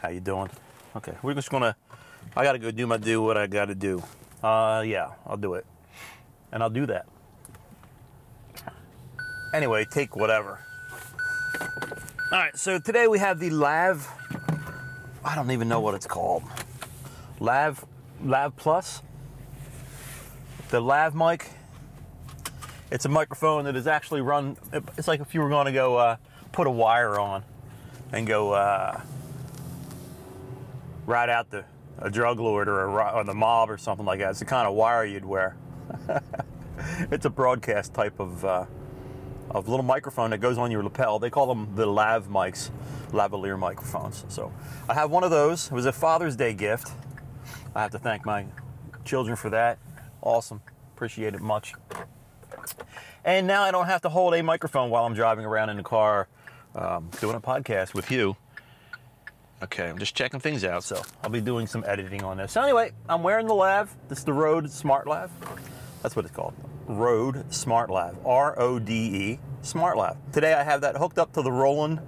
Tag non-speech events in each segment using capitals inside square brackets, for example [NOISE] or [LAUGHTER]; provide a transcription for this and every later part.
How you doing? Okay, we're just gonna. I gotta go do my do what I gotta do. Uh, yeah, I'll do it, and I'll do that. Anyway, take whatever. All right, so today we have the Lav. I don't even know what it's called. Lav, Lav Plus. The Lav mic. It's a microphone that is actually run. It's like if you were going to go uh, put a wire on, and go. Uh, ride out the a drug lord or a ro- or the mob or something like that. It's the kind of wire you'd wear. [LAUGHS] it's a broadcast type of uh, of little microphone that goes on your lapel. They call them the lav mics, lavalier microphones. So I have one of those. It was a Father's Day gift. I have to thank my children for that. Awesome, appreciate it much. And now I don't have to hold a microphone while I'm driving around in the car um, doing a podcast with you. Okay, I'm just checking things out, so I'll be doing some editing on this. So anyway, I'm wearing the lav. This is the Rode Smart Lav. That's what it's called. Rode Smart Lav. R-O-D-E E. Smart Lav. Today I have that hooked up to the Roland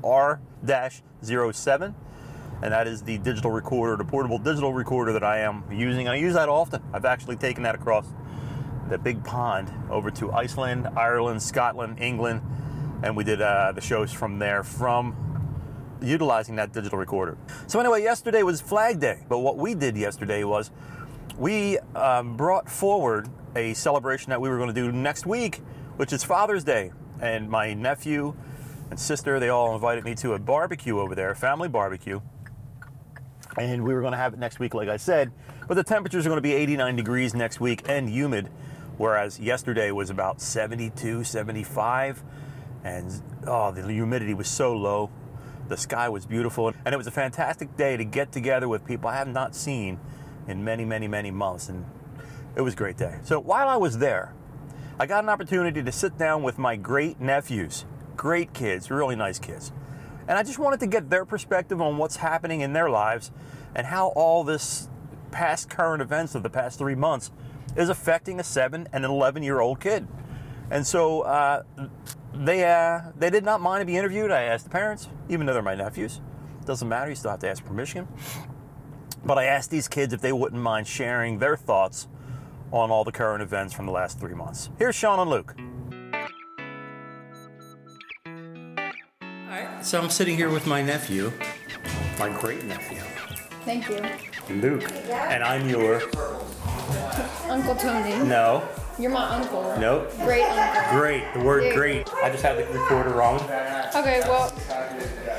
R-07, and that is the digital recorder, the portable digital recorder that I am using. I use that often. I've actually taken that across the big pond over to Iceland, Ireland, Scotland, England, and we did uh, the shows from there from utilizing that digital recorder. So anyway, yesterday was Flag Day, but what we did yesterday was we um, brought forward a celebration that we were going to do next week, which is Father's Day, and my nephew and sister they all invited me to a barbecue over there, a family barbecue. And we were going to have it next week, like I said, but the temperatures are going to be 89 degrees next week and humid, whereas yesterday was about 72, 75, and oh, the humidity was so low. The sky was beautiful, and it was a fantastic day to get together with people I have not seen in many, many, many months, and it was a great day. So while I was there, I got an opportunity to sit down with my great nephews, great kids, really nice kids. And I just wanted to get their perspective on what's happening in their lives and how all this past current events of the past three months is affecting a seven and an 11 year old kid. And so uh, they uh, they did not mind to be interviewed. I asked the parents, even though they're my nephews. Doesn't matter. You still have to ask permission. But I asked these kids if they wouldn't mind sharing their thoughts on all the current events from the last three months. Here's Sean and Luke. So I'm sitting here with my nephew, my great nephew, Thank you. Luke, and I'm your Uncle Tony. no, You're my uncle. no, Great uncle. great. The word great. I just had the recorder wrong. Okay, well,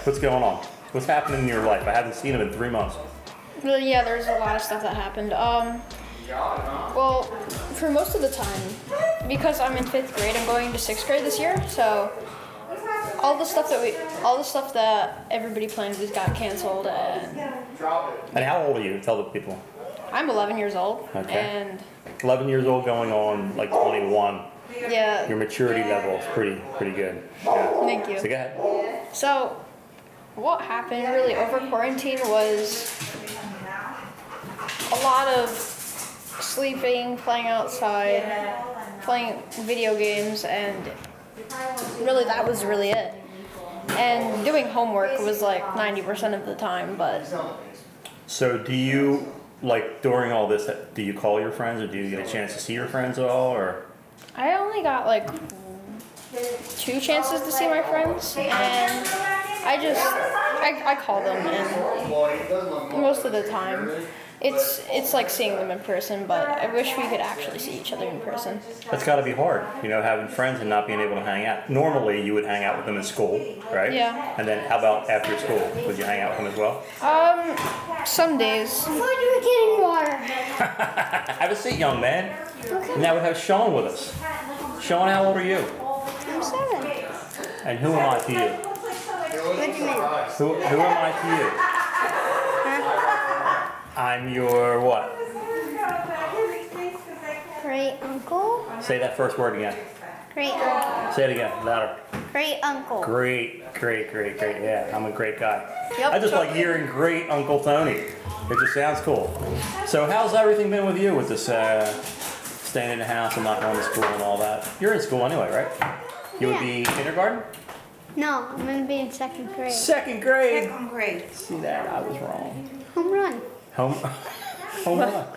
What's going on? What's happening in your life? I haven't seen him in three months. well, yeah, there's a lot of stuff that happened. Um, well, for most of the time, because I'm in fifth grade, I'm going to sixth grade this year, so all the stuff that we, all the stuff that everybody planned was got canceled, and And how old are you? Tell the people. I'm 11 years old, Okay. and 11 years old, going on like 21. Your yeah, maturity level is pretty pretty good. Yeah. thank you. So go ahead. So, what happened really over quarantine was a lot of sleeping, playing outside, playing video games, and really that was really it. And doing homework was like 90% of the time, but So do you like during all this? Do you call your friends, or do you get a chance to see your friends at all? Or I only got like two chances to see my friends, and I just I, I call them, and most of the time, it's it's like seeing them in person. But I wish we could actually see each other in person. that's got to be hard, you know, having friends and not being able to hang out. Normally, you would hang out with them in school, right? Yeah. And then how about after school? Would you hang out with them as well? Um, some days. I thought you were getting water. Have a seat, young man. And now we have Sean with us. Sean, how old are you? I'm seven. And who am I to you? What do you mean? Who, who am I to you? I'm your what? Great uncle. Say that first word again. Great uncle. Say it again, louder. Great uncle. Great, great, great, great. Yeah, I'm a great guy. Yep. I just like hearing great Uncle Tony. It just sounds cool. So, how's everything been with you with this uh, staying in the house and not going to school and all that? You're in school anyway, right? You would be kindergarten? No, I'm gonna be in second grade. Second grade. Second grade. See that? I was wrong. Home run. Home, [LAUGHS] home run.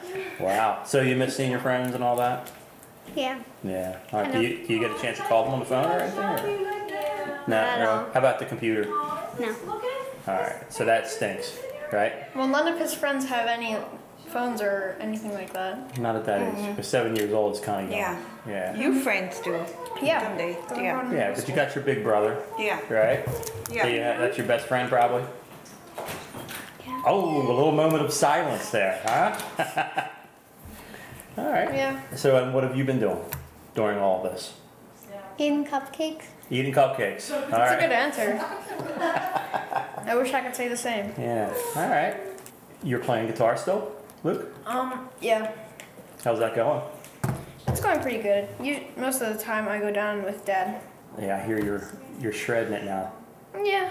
Wow. So you miss seeing your friends and all that? Yeah. Yeah. All right. I Do know. you, do you get a chance to call them on the phone or anything? Or? No, Not at all. really? How about the computer? No. All right. So that stinks, right? Well, none of his friends have any phones or anything like that. Not at that age. But seven years old is kind of young. Yeah. Yeah. Your friends do. Yeah. Don't they? They're Yeah. on- Yeah, but you got your big brother, Yeah. right? Yeah. Yeah, that's your best friend probably. Yeah. Oh, a little moment of silence there, huh? [LAUGHS] all right. Yeah. So, um, what have you been doing during all this? Eating cupcakes. Eating cupcakes. All That's right. a good answer. [LAUGHS] I wish I could say the same. Yeah. All right. You're playing guitar still, Luke? Um, yeah, How's that going? it's going pretty good. You, most of the time, I go down with dad. Yeah, I hear you're you're shredding it now. Yeah.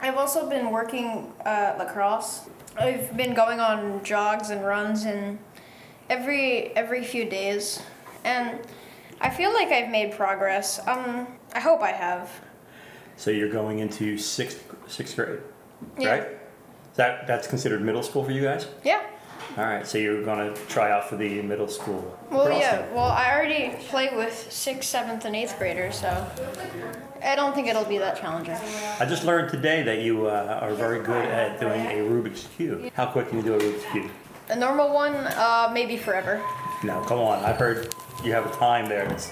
I've also been working uh, lacrosse. I've been going on jogs and runs and every every few days, and I feel like I've made progress. Um, I hope I have. So you're going into sixth sixth grade, Yeah. right? That that's considered middle school for you guys. Yeah. All right. So you're gonna try out for the middle school. Well, cross yeah. thing. Well, I already play with sixth, seventh, and eighth graders, so I don't think it'll be that challenging. I just learned today that you uh, are very good at doing a Rubik's cube. How quick can you do a Rubik's cube? A normal one, uh, maybe forever. No, come on. I've heard you have a time there. It's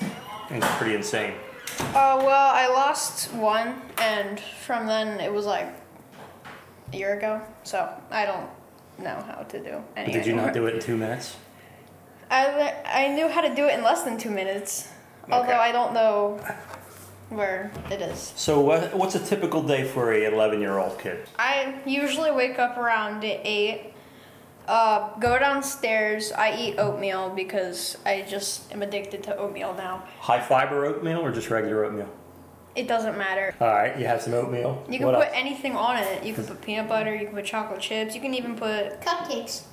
it's pretty insane. Uh, well, I lost one, and from then it was like a year ago. So I don't know how to do any. But did you not anymore. do it in two minutes? I le- I knew how to do it in less than two minutes, although I don't know where it is. So what, what's a typical day for a 11 year old kid? I usually wake up around eight. Uh, go downstairs. I eat oatmeal because I just am addicted to oatmeal now. High fiber oatmeal or just regular oatmeal? It doesn't matter. All right, you have some oatmeal. You can What put else? anything on it. You can put peanut butter. You can put chocolate chips. You can even put Cupcakes.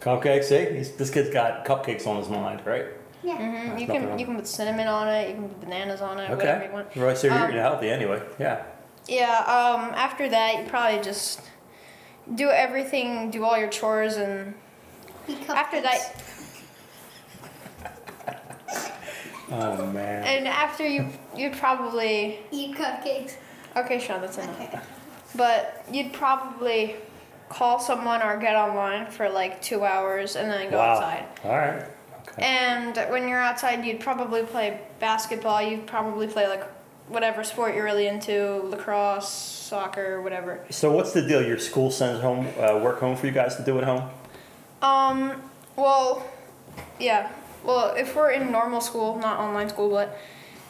cupcakes. See, He's- this kid's got cupcakes on his mind, right? Mm, Yeah. you Nothing can wrong. you can put cinnamon on it. You can put bananas on it. Whatever Okay. you want. Right, so you're, Um, you're healthy anyway. [LAUGHS] Yeah. Yeah. Um. After that, you probably just do everything, do all your chores, and Eat cupcakes. after that, Oh man. and after you, you'd probably Eat cupcakes. okay, Sean, that's enough. Okay. But you'd probably call someone or get online for like two hours and then go wow. outside. All right. Okay. And when you're outside, you'd probably play basketball. You'd probably play like whatever sport you're really into, lacrosse, soccer, whatever. So what's the deal? Your school sends home uh, work home for you guys to do at home. Um, well, yeah. Well, if we're in normal school, not online school, but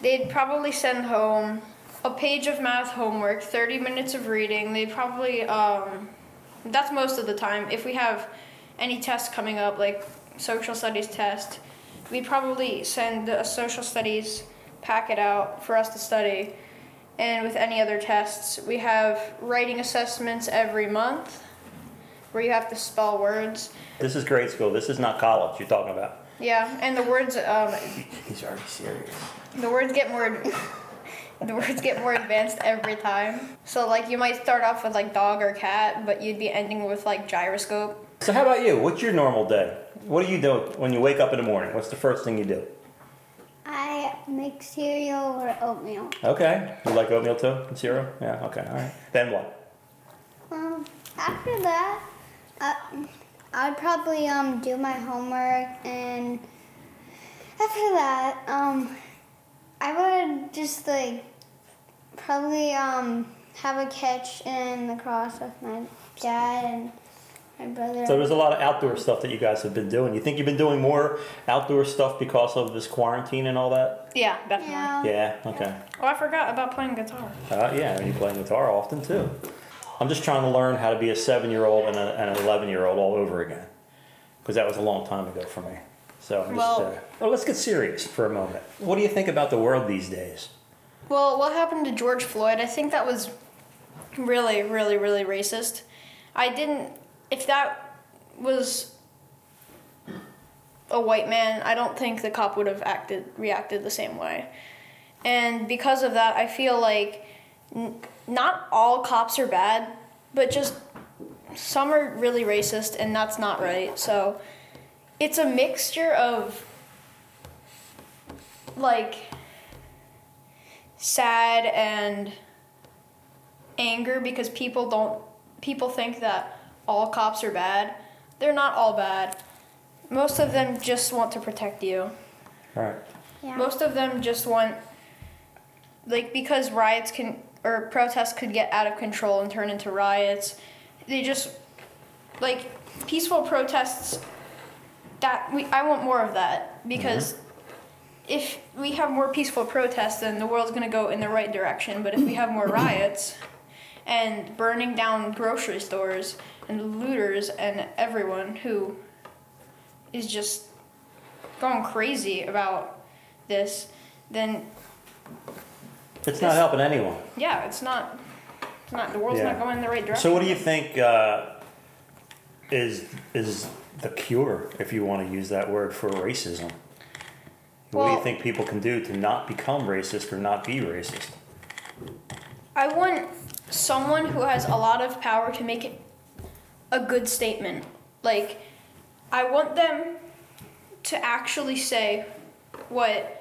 they'd probably send home a page of math homework, 30 minutes of reading. They'd probably, um, that's most of the time. If we have any tests coming up, like social studies test, we'd probably send a social studies packet out for us to study. And with any other tests, we have writing assessments every month where you have to spell words. This is grade school. This is not college. You're talking about. Yeah, and the words um, He's already serious. the words get more the words get more advanced every time. So like you might start off with like dog or cat, but you'd be ending with like gyroscope. So how about you? What's your normal day? What do you do when you wake up in the morning? What's the first thing you do? I make cereal or oatmeal. Okay. You like oatmeal too? And cereal? Yeah, okay, all right. Then what? Um, after that, uh, I'd probably um do my homework and after that, um, I would just like probably um have a catch in the cross with my dad and my brother. So there's a lot of outdoor stuff that you guys have been doing. You think you've been doing more outdoor stuff because of this quarantine and all that? Yeah, definitely. yeah. Yeah, okay. Oh, I forgot about playing guitar. Uh, yeah, and you play guitar often too. I'm just trying to learn how to be a seven year old and a, and an 11 year old all over again. Because that was a long time ago for me. So I'm just, Well- uh, well, let's get serious for a moment. What do you think about the world these days? Well, what happened to George Floyd? I think that was really, really, really racist. I didn't. If that was a white man, I don't think the cop would have acted reacted the same way. And because of that, I feel like not all cops are bad, but just some are really racist, and that's not right. So it's a mixture of like sad and anger because people don't people think that all cops are bad. They're not all bad. Most of them just want to protect you. Right. Yeah. Most of them just want, like, because riots can, or protests could get out of control and turn into riots, they just, like, peaceful protests, that, we, I want more of that because if we have more peaceful protests, then the world's gonna go in the right direction. But if we have more riots and burning down grocery stores and looters and everyone who is just going crazy about this, then It's not helping anyone. yeah, it's not, it's not the world's Yeah. not going in the right direction. So, what do you think uh, is is the cure, if you want to use that word, for racism? what do Well- you think people can do to not become racist or not be racist? I want someone who has a lot of power to make it a good statement. Like, I want them to actually say what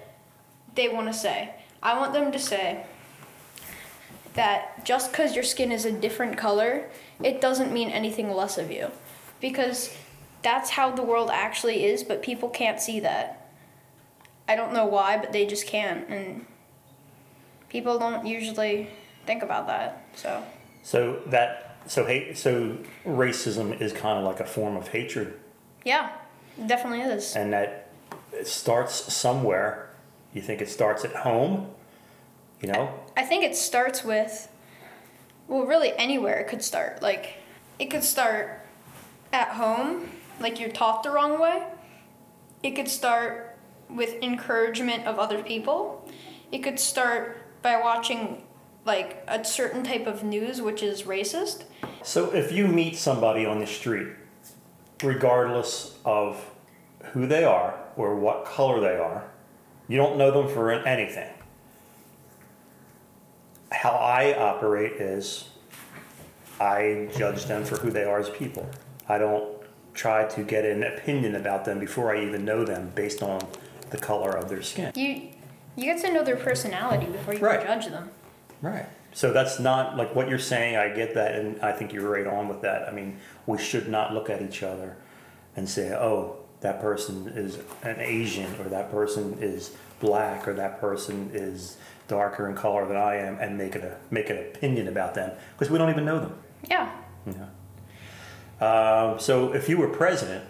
they want to say. I want them to say that just because your skin is a different color, it doesn't mean anything less of you. Because that's how the world actually is, but people can't see that. I don't know why, but they just can't. And people don't usually think about that. So, So that so hate so racism is kind of like a form of hatred, yeah, it definitely is. and that it starts somewhere. You think it starts at home, you know? I think it starts with, well, really anywhere it could start. Like, it could start at home, like you're taught the wrong way. It could start with encouragement of other people. It could start by watching, like, a certain type of news which is racist. So if you meet somebody on the street, regardless of who they are or what color they are, you don't know them for anything. How I operate is I judge them for who they are as people. I don't try to get an opinion about them before I even know them based on the color of their skin. You, you get to know their personality before you Right. can judge them. Right. So that's not like what you're saying. I get that, and I think you're right on with that. I mean, we should not look at each other and say, "Oh, that person is an Asian," or "That person is black," or "That person is darker in color than I am," and make it a make an opinion about them because we don't even know them. Yeah. Yeah. Um, so if you were president,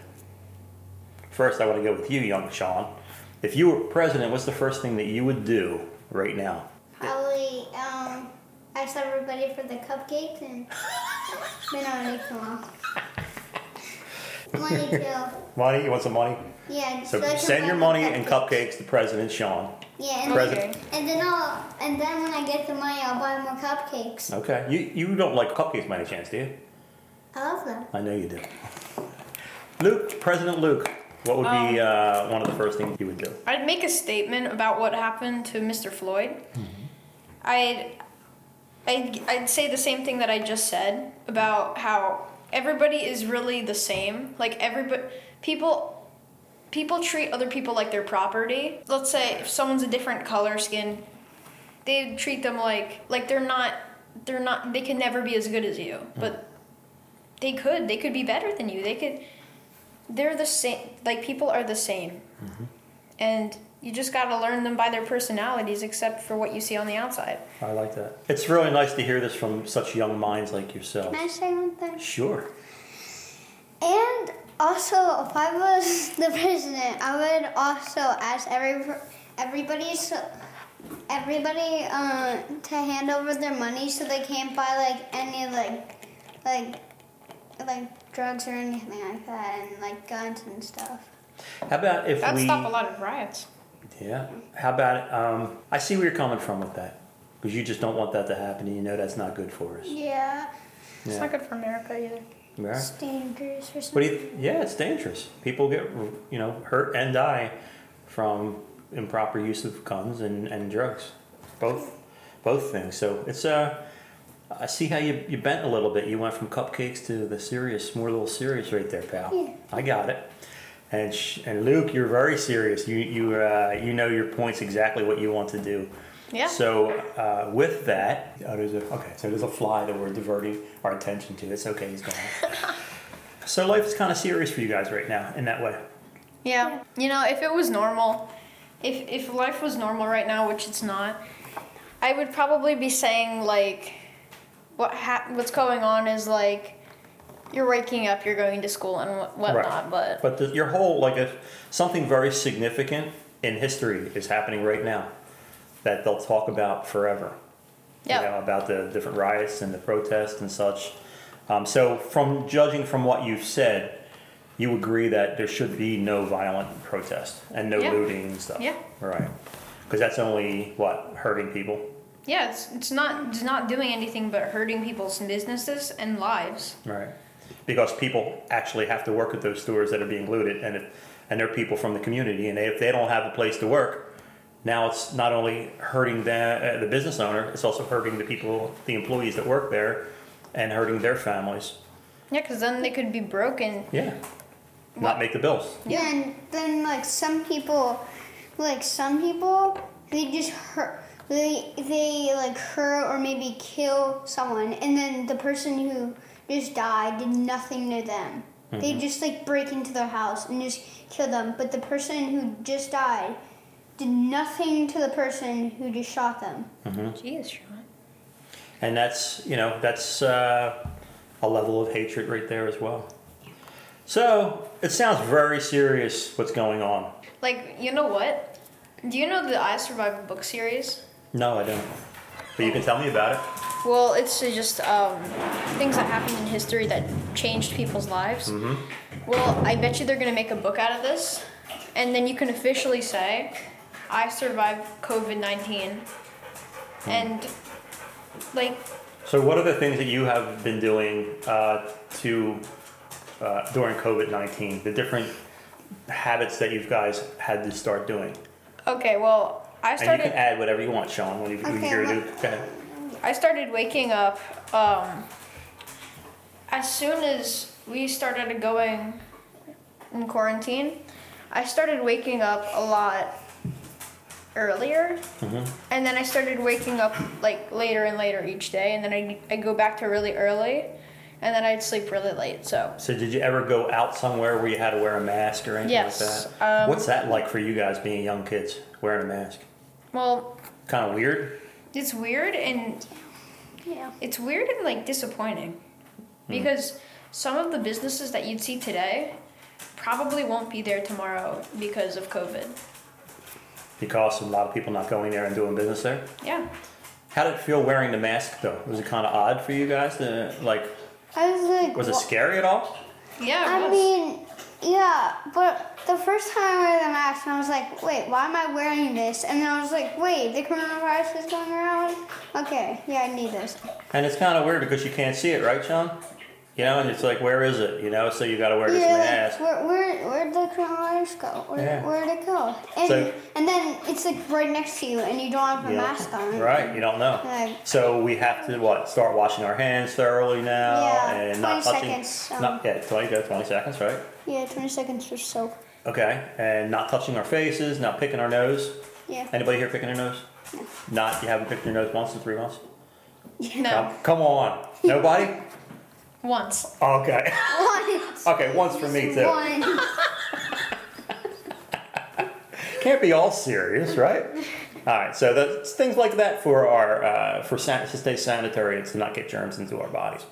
first I want to go with you, young Sean. If you were president, what's the first thing that you would do right now? Probably um, ask everybody for the cupcakes and then I'll make them [LAUGHS] all. Money too. Money? You want some money? Yeah. So I can send buy your the money and cupcakes to President Sean. Yeah, and, President. and then I'll and then when I get the money, I'll buy more cupcakes. Okay. You you don't like cupcakes by any chance, do you? I love them. I know you do. Luke, President Luke, what would be Um, uh, one of the first things you would do? I'd make a statement about what happened to Mr. Floyd. I'd, I'd, I'd say the same thing that I just said about how everybody is really the same. Like everybody, people. People treat other people like their property. Let's say if someone's a different color skin, they treat them like like they're not they're not they can never be as good as you. But they could. They could be better than you. They could they're the same like people are the same and you just got to learn them by their personalities except for what you see on the outside I like that. It's really nice to hear this from such young minds like yourself. Can I say one thing? Sure. And also, if I was [LAUGHS] the president, I would also ask every everybody so everybody uh, to hand over their money so they can't buy like any like like like drugs or anything like that and like guns and stuff. How about if that'd we? stop a lot of riots Yeah. How about? Um, I see where you're coming from with that, because you just don't want that to happen, and you know that's not good for us. Yeah, it's Yeah. not good for america either Yeah. it's dangerous or What something. do you? Yeah, it's dangerous. People get you know hurt and die from improper use of guns and, and drugs, both both things. So it's uh, I see how you, you bent a little bit. You went from cupcakes to the serious, more little serious right there, pal. Yeah. I got it. And sh- and Luke, you're very serious. You you uh, you know your points exactly what you want to do. Yeah. So uh, with that, oh, there's a, okay. So there's a fly that we're diverting our attention to. It's okay. He's gone. so life is kind of serious for you guys right now in that way. Yeah. You know, if it was normal, if if life was normal right now, which it's not, I would probably be saying like, what ha- what's going on is like, you're waking up, you're going to school and wh- whatnot, but But the, your whole like if something very significant in history is happening right now that they'll talk about forever. Yep. You know about the different riots and the protests and such. Um, so from judging from what you've said, you agree that there should be no violent protest and no Yeah. looting and stuff. Yeah. Right. Because that's only what hurting people. yeah, it's, it's not it's not doing anything but hurting people's businesses and lives. Right. Because people actually have to work at those stores that are being looted, and if, and they're people from the community, and if they don't have a place to work, now it's not only hurting the uh, the business owner, it's also hurting the people, the employees that work there, and hurting their families. Yeah, because then they could be broken. Yeah. Not make the bills. Yeah. Then, then like some people, like some people, they just hurt. They they like hurt or maybe kill someone, and then the person who just died did nothing to them. They just like break into their house and just kill them. But the person who just died did nothing to the person who just shot them. Jeez, Sean. And that's, you know, that's uh, a level of hatred right there as well. So it sounds very serious what's going on. Like, you know what? Do you know the I Survived book series? No, I don't. But you can tell me about it. Well, it's just um, things that happened in history that changed people's lives. Mm-hmm. Well, I bet you they're gonna make a book out of this, and then you can officially say, "I survived COVID 19 Hmm. and like, So, what are the things that you have been doing uh, to uh, during COVID nineteen? The different habits that you guys had to start doing, okay, well, I and you started. can add whatever you want, Sean. When you, when you Okay, hear I'm it, not- go ahead. I started waking up um, as soon as we started going in quarantine. I started waking up a lot earlier, and then I started waking up like later and later each day, and then I I go back to really early, and then I'd sleep really late. So So, did you ever go out somewhere where you had to wear a mask or anything Yes, like that? um, What's that like for you guys being young kids wearing a mask? well, Kind of weird. it's weird and Yeah. it's weird and like disappointing Hmm. because some of the businesses that you'd see today probably won't be there tomorrow because of COVID. Because a lot of people not going there and doing business there. Yeah. How did it feel wearing the mask though? Was it kind of odd for you guys to like? I was like, Was it "Wha- scary at all? Yeah. it I was. mean, yeah, but the first time I wear the mask, I was like, wait, why am I wearing this? And then I was like, wait, the coronavirus is going around? Okay, yeah, I need this. And it's kind of weird because you can't see it, right, Sean? You know, and it's like, where is it? You know, so you got to wear this Yeah, mask. like, where, where, where'd the coronavirus go? Where, Yeah. Where'd it go? And, So- and then it's like right next to you, and you don't have a You know? mask on. Right, you don't know. Like- so we have to what? Start washing our hands thoroughly now, Yeah, and not 20 touching. seconds, um, Not yeah, twenty yeah, twenty seconds, right? Yeah, 20 seconds or so. Okay, and not touching our faces, not picking our nose. Yeah. [LAUGHS] Anybody here picking their nose? Not you haven't picked your nose once in three months. no. Come on, nobody. Once. Okay, Once. okay, once for me too. One. [LAUGHS] Can't be all serious, right? [LAUGHS] all right, so that's things like that for our uh, for san- to stay sanitary and to not get germs into our bodies.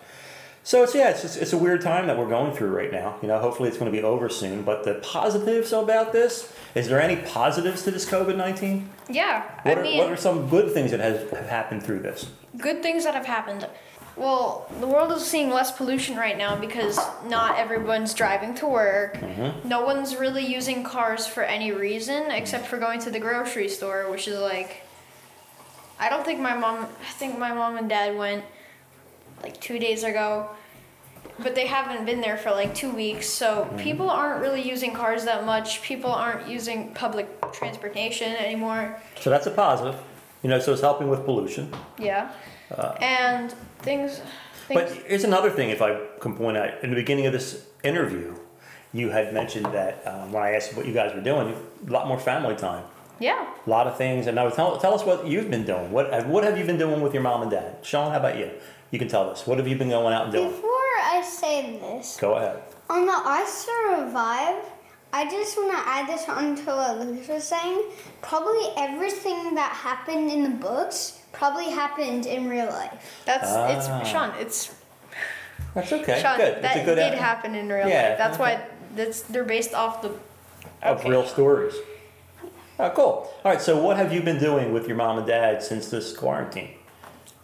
So it's yeah, it's just, it's a weird time that we're going through right now. You know, hopefully it's going to be over soon. But the positives about this is there any positives to this COVID nineteen? Yeah. What, I are mean, what are some good things that has have happened through this? good things that have happened. Well, the world is seeing less pollution right now because not everyone's driving to work. No one's really using cars for any reason except for going to the grocery store, which is like I don't think my mom I think my mom and dad went like 2 days ago. But they haven't been there for like 2 weeks, so people aren't really using cars that much. People aren't using public transportation anymore. So that's a positive. You know, so it's helping with pollution. Yeah. and things. But things here's another thing, if I can point out. In the beginning of this interview, you had mentioned that um, when I asked what you guys were doing, a lot more family time, yeah. a lot of things. And now tell, tell us what you've been doing. What, what have you been doing with your mom and dad? Sean, how about you? You can tell us. What have you been going out and doing? Before I say this, Go ahead. on the Ice to Revive, I just want to add this onto what Luke was saying. Probably everything that happened in the books probably happened in real life. That's Ah. it's Sean. It's That's okay. Sean. good. That That's a good did a- happen in real Yeah, life. That's okay. why that's they're based off the. of Okay. real stories. Oh, cool. All right. So, what have you been doing with your mom and dad since this quarantine?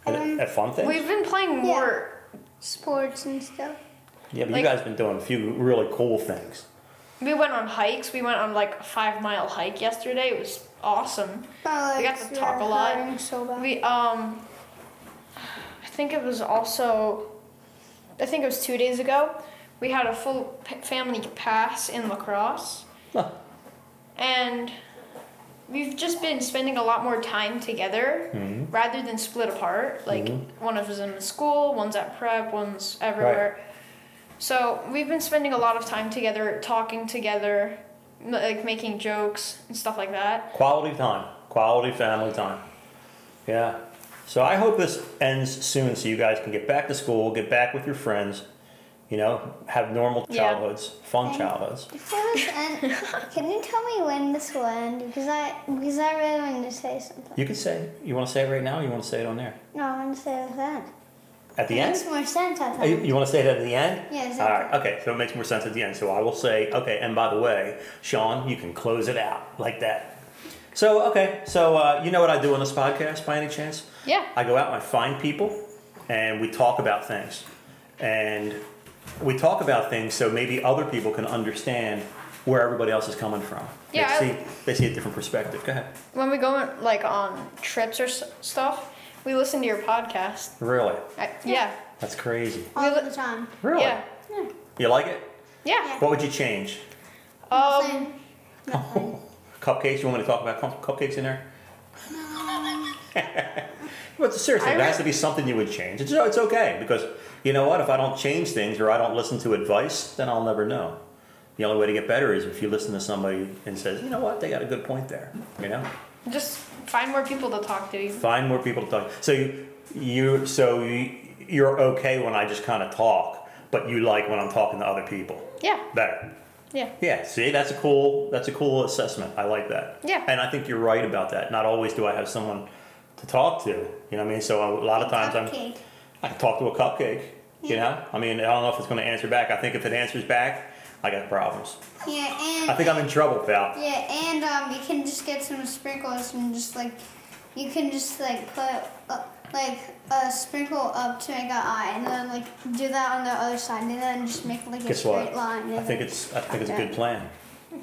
Had a- a fun thing. We've been playing more. Um, Sports and stuff. Yeah, but like- you guys been doing a few really cool things. We went on hikes. We went on like a five mile hike yesterday. It was awesome. My We got legs to talk were a lot. hurting So bad. We um I think it was also I think it was 2 days ago. We had a full p- family pass in lacrosse. Huh. And we've just been spending a lot more time together rather than split apart. Like one of us in school, one's at prep, one's everywhere. So we've been spending a lot of time together, talking together, m- like making jokes and stuff like that. Quality time, quality family time. Yeah. So I hope this ends soon, so you guys can get back to school, get back with your friends. You know, have normal Yeah. childhoods, fun childhoods. Before this end, [LAUGHS] can you tell me when this will end? Because I because I really wanted to say something. You can say you want to say it right now. or You want to say it on there No, I want to say this end. at the It end. makes more sense at Oh, the You, end. you want to say it at the end? Yeah, All exactly. right. Okay. So it makes more sense at the end. So I will say, okay. And by the way, Sean, you can close it out like that. So okay. So uh, you know what I do on this podcast by any chance? Yeah. I go out and I find people, and we talk about things, and we talk about things so maybe other people can understand where everybody else is coming from. Yeah, I- They see, they see a different perspective. Go ahead. when we go like on trips or s- stuff, we listen to your podcast. Really? I, yeah. That's crazy. All the time. Really? Yeah. You like it? Yeah. What would you change? Um, Nothing. Nothing. Cupcakes. You want me to talk about cup- cupcakes in there? but seriously, I there has re- to be something you would change. It's, it's okay because you know what? If I don't change things or I don't listen to advice, then I'll never know. The only way to get better is if you listen to somebody and says, you know what, they got a good point there. You know, just find more people to talk to. find more people to talk. So you, you so you, you're okay when I just kind of talk, but you like when I'm talking to other people Yeah. better. Yeah. Yeah, see, that's a cool that's a cool assessment. I like that. Yeah. And I think you're right about that. Not always do I have someone to talk to. You know what I mean? So a lot of times I'm Cupcake. I can talk to a cupcake. You know? I mean, I don't know if it's going to answer back. I think if it answers back, I got problems. Yeah, I and think I'm in trouble, pal. yeah, and um, you can just get some sprinkles and just like, you can just like put uh, like a sprinkle up to make an eye, and then like do that on the other side, and then just make like a Guess straight what? line. and I think then- it's I think it's a good plan.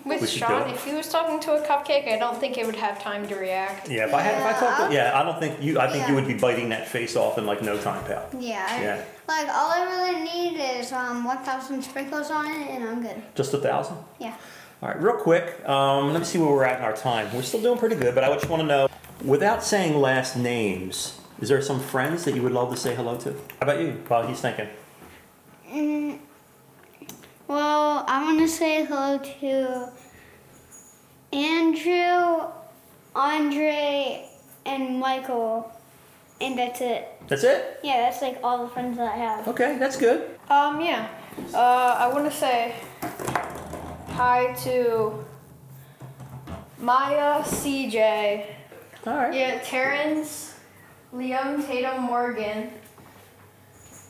With We should Sean, go. if he was talking to a cupcake, I don't think he would have time to react. Yeah, if I had if I talked to, yeah, I don't think you I think Yeah. you would be biting that face off in like no time, pal. Yeah. I- Yeah. Like all I really need is um 1,000 sprinkles on it, and I'm good. Just a thousand? Yeah. All right, real quick, um, let me see where we're at in our time. We're still doing pretty good, but I just want to know, without saying last names, is there some friends that you would love to say hello to? How about you? While he's thinking, Mm, well, I want to say hello to Andrew, Andre, and Michael, and that's it. that's it. Yeah, that's like all the friends that I have. Okay, that's good. Um, yeah. Uh, I want to say hi to Maya, CJ, All right. Yeah, Terrence, Liam, Tatum, Morgan.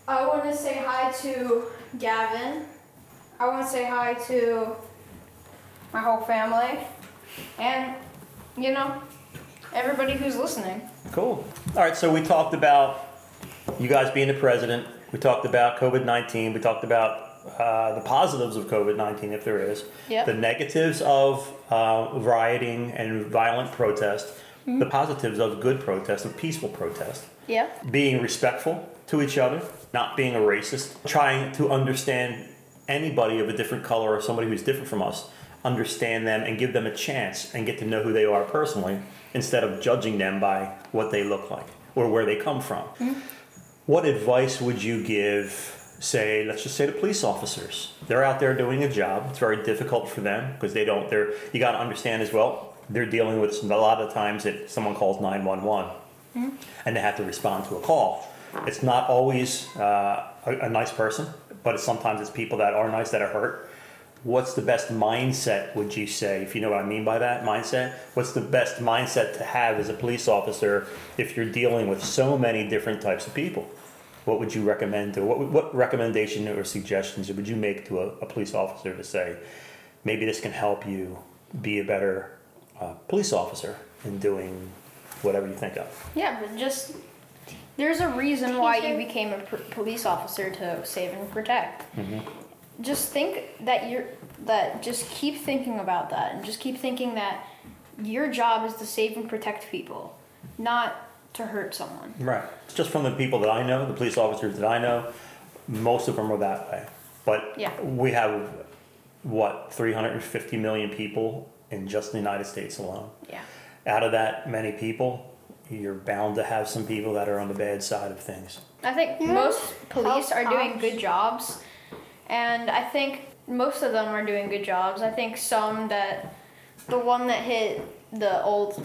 I want to say hi to Gavin. I want to say hi to my whole family, and you know, everybody who's listening. Cool. All right, so we talked about you guys being the president. We talked about COVID 19. We talked about uh, the positives of COVID 19, if there is, Yep. the negatives of uh, rioting and violent protest, the positives of good protest, of peaceful protest, Yeah. being respectful to each other, not being a racist, trying to understand anybody of a different color or somebody who's different from us understand them and give them a chance and get to know who they are personally instead of judging them by what they look like or where they come from. What advice would you give, say, let's just say to police officers? They're out there doing a job. It's very difficult for them because they don't, they're, you got to understand as well, they're dealing with some- a lot of times that someone calls 911 and they have to respond to a call. It's not always uh, a, a nice person, but it's, sometimes it's people that are nice that are hurt. What's the best mindset, would you say, if you know what I mean by that mindset? What's the best mindset to have as a police officer if you're dealing with so many different types of people? What would you recommend, or what, what recommendation or suggestions would you make to a, a police officer to say, maybe this can help you be a better uh, police officer in doing whatever you think of? Yeah, but just there's a reason why you became a pr- police officer to save and protect. Just think that you're that. Just keep thinking about that, and just keep thinking that your job is to save and protect people, not to hurt someone. Right. Just from the people that I know, the police officers that I know, most of them are that way. But Yeah. we have what 350 million people in just the United States alone. Yeah. Out of that many people, you're bound to have some people that are on the bad side of things. I think most police are doing cops. good jobs, and I think most of them are doing good jobs. I think some that the one that hit the old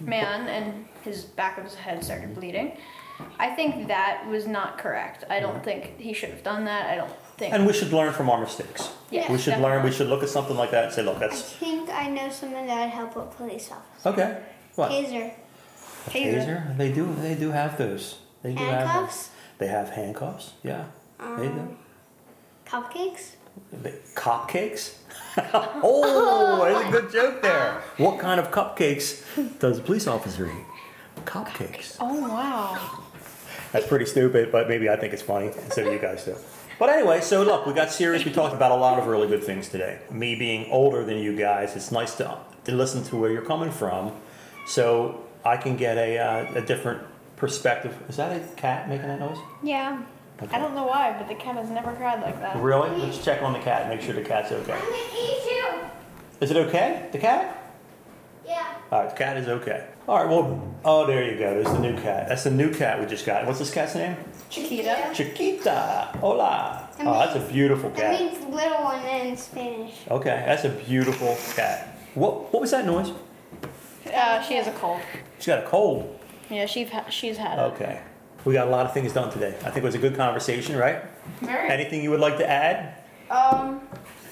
man and his back of his head started bleeding. I think that was not correct. I don't think he should have done that. I don't think. And we should learn from our mistakes. Yes, we should learn. We definitely. should look at something like that and say, "Look, I that's think I know someone that would help a police officer. okay." What? Taser. Taser? They do. They do have those. They do have those. Handcuffs? They have handcuffs. Yeah. they do. Cupcakes? The- Cupcakes? [LAUGHS] oh, that's a good joke there. What kind of cupcakes does a police officer eat? Cupcakes. Oh wow! That's pretty stupid, but maybe I think it's funny, and so do you guys do. But anyway, so look, we got serious. We talked about a lot of really good things today. Me being older than you guys, it's nice to, to listen to where you're coming from, so I can get a, uh, a different perspective. Is that a cat making that noise? Yeah. I don't know why, but the cat has never cried like that. Really? Let's check on the cat. Make sure the cat's okay. I'm gonna eat you. Is it okay? The cat? Yeah. All right, the cat is okay. All right, well, oh, there you go. There's the new cat. That's the new cat we just got. What's this cat's name? Chiquita. Chiquita. Hola. Oh, that's a beautiful That cat. means little one in Spanish. Okay, that's a beautiful cat. What What was that noise? Uh, she has a cold. She got a cold. Yeah, she's ha- she's had it. Okay. We got a lot of things done today. I think it was a good conversation, right? Very Anything you would like to add? Um,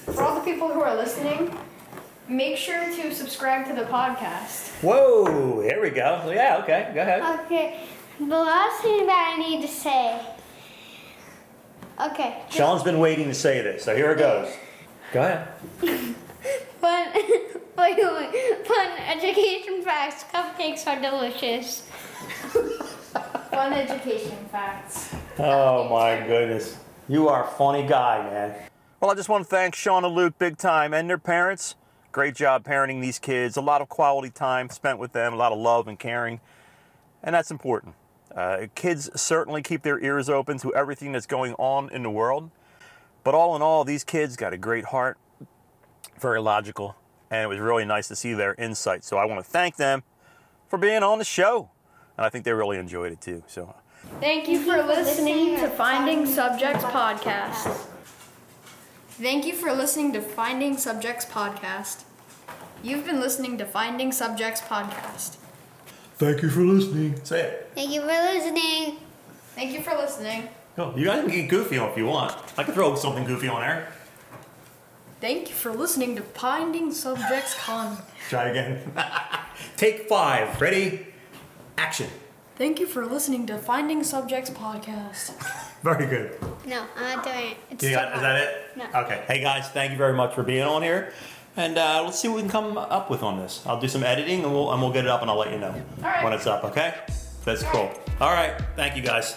for all the people who are listening, make sure to subscribe to the podcast. Whoa, here we go. Yeah, okay, go ahead. Okay. The last thing that I need to say. Okay. Sean's been waiting to say this, so here it goes. Go ahead. Fun, [LAUGHS] wait, wait, fun education facts. Cupcakes are delicious. [LAUGHS] Fun education facts. Oh, my goodness. You are a funny guy, man. Well, I just want to thank Sean and Luke big time and their parents. Great job parenting these kids. A lot of quality time spent with them, a lot of love and caring, and that's important. Uh, kids certainly keep their ears open to everything that's going on in the world. But all in all, these kids got a great heart, very logical, and it was really nice to see their insight. So I want to thank them for being on the show, and I think they really enjoyed it too. So Thank you for listening to Finding Subjects Podcast. Thank you for listening to Finding Subjects Podcast. You've been listening to Finding Subjects Podcast. Thank you for listening. Say it. Thank you for listening. Thank you for listening. No, you guys can get goofy on if you want. I can throw something goofy on there. Thank you for listening to Finding Subjects Con. Try again. [LAUGHS] Take five. Ready? Action. Thank you for listening to Finding Subjects Podcast. Very good. No, I'm not doing it. It's You too got, is hard. that it? No. Okay. Hey guys, thank you very much for being on here, and uh, let's see what we can come up with on this. I'll do some editing and we'll and we'll get it up and I'll let you know right. when it's up. Okay? That's cool. All right. Thank you guys.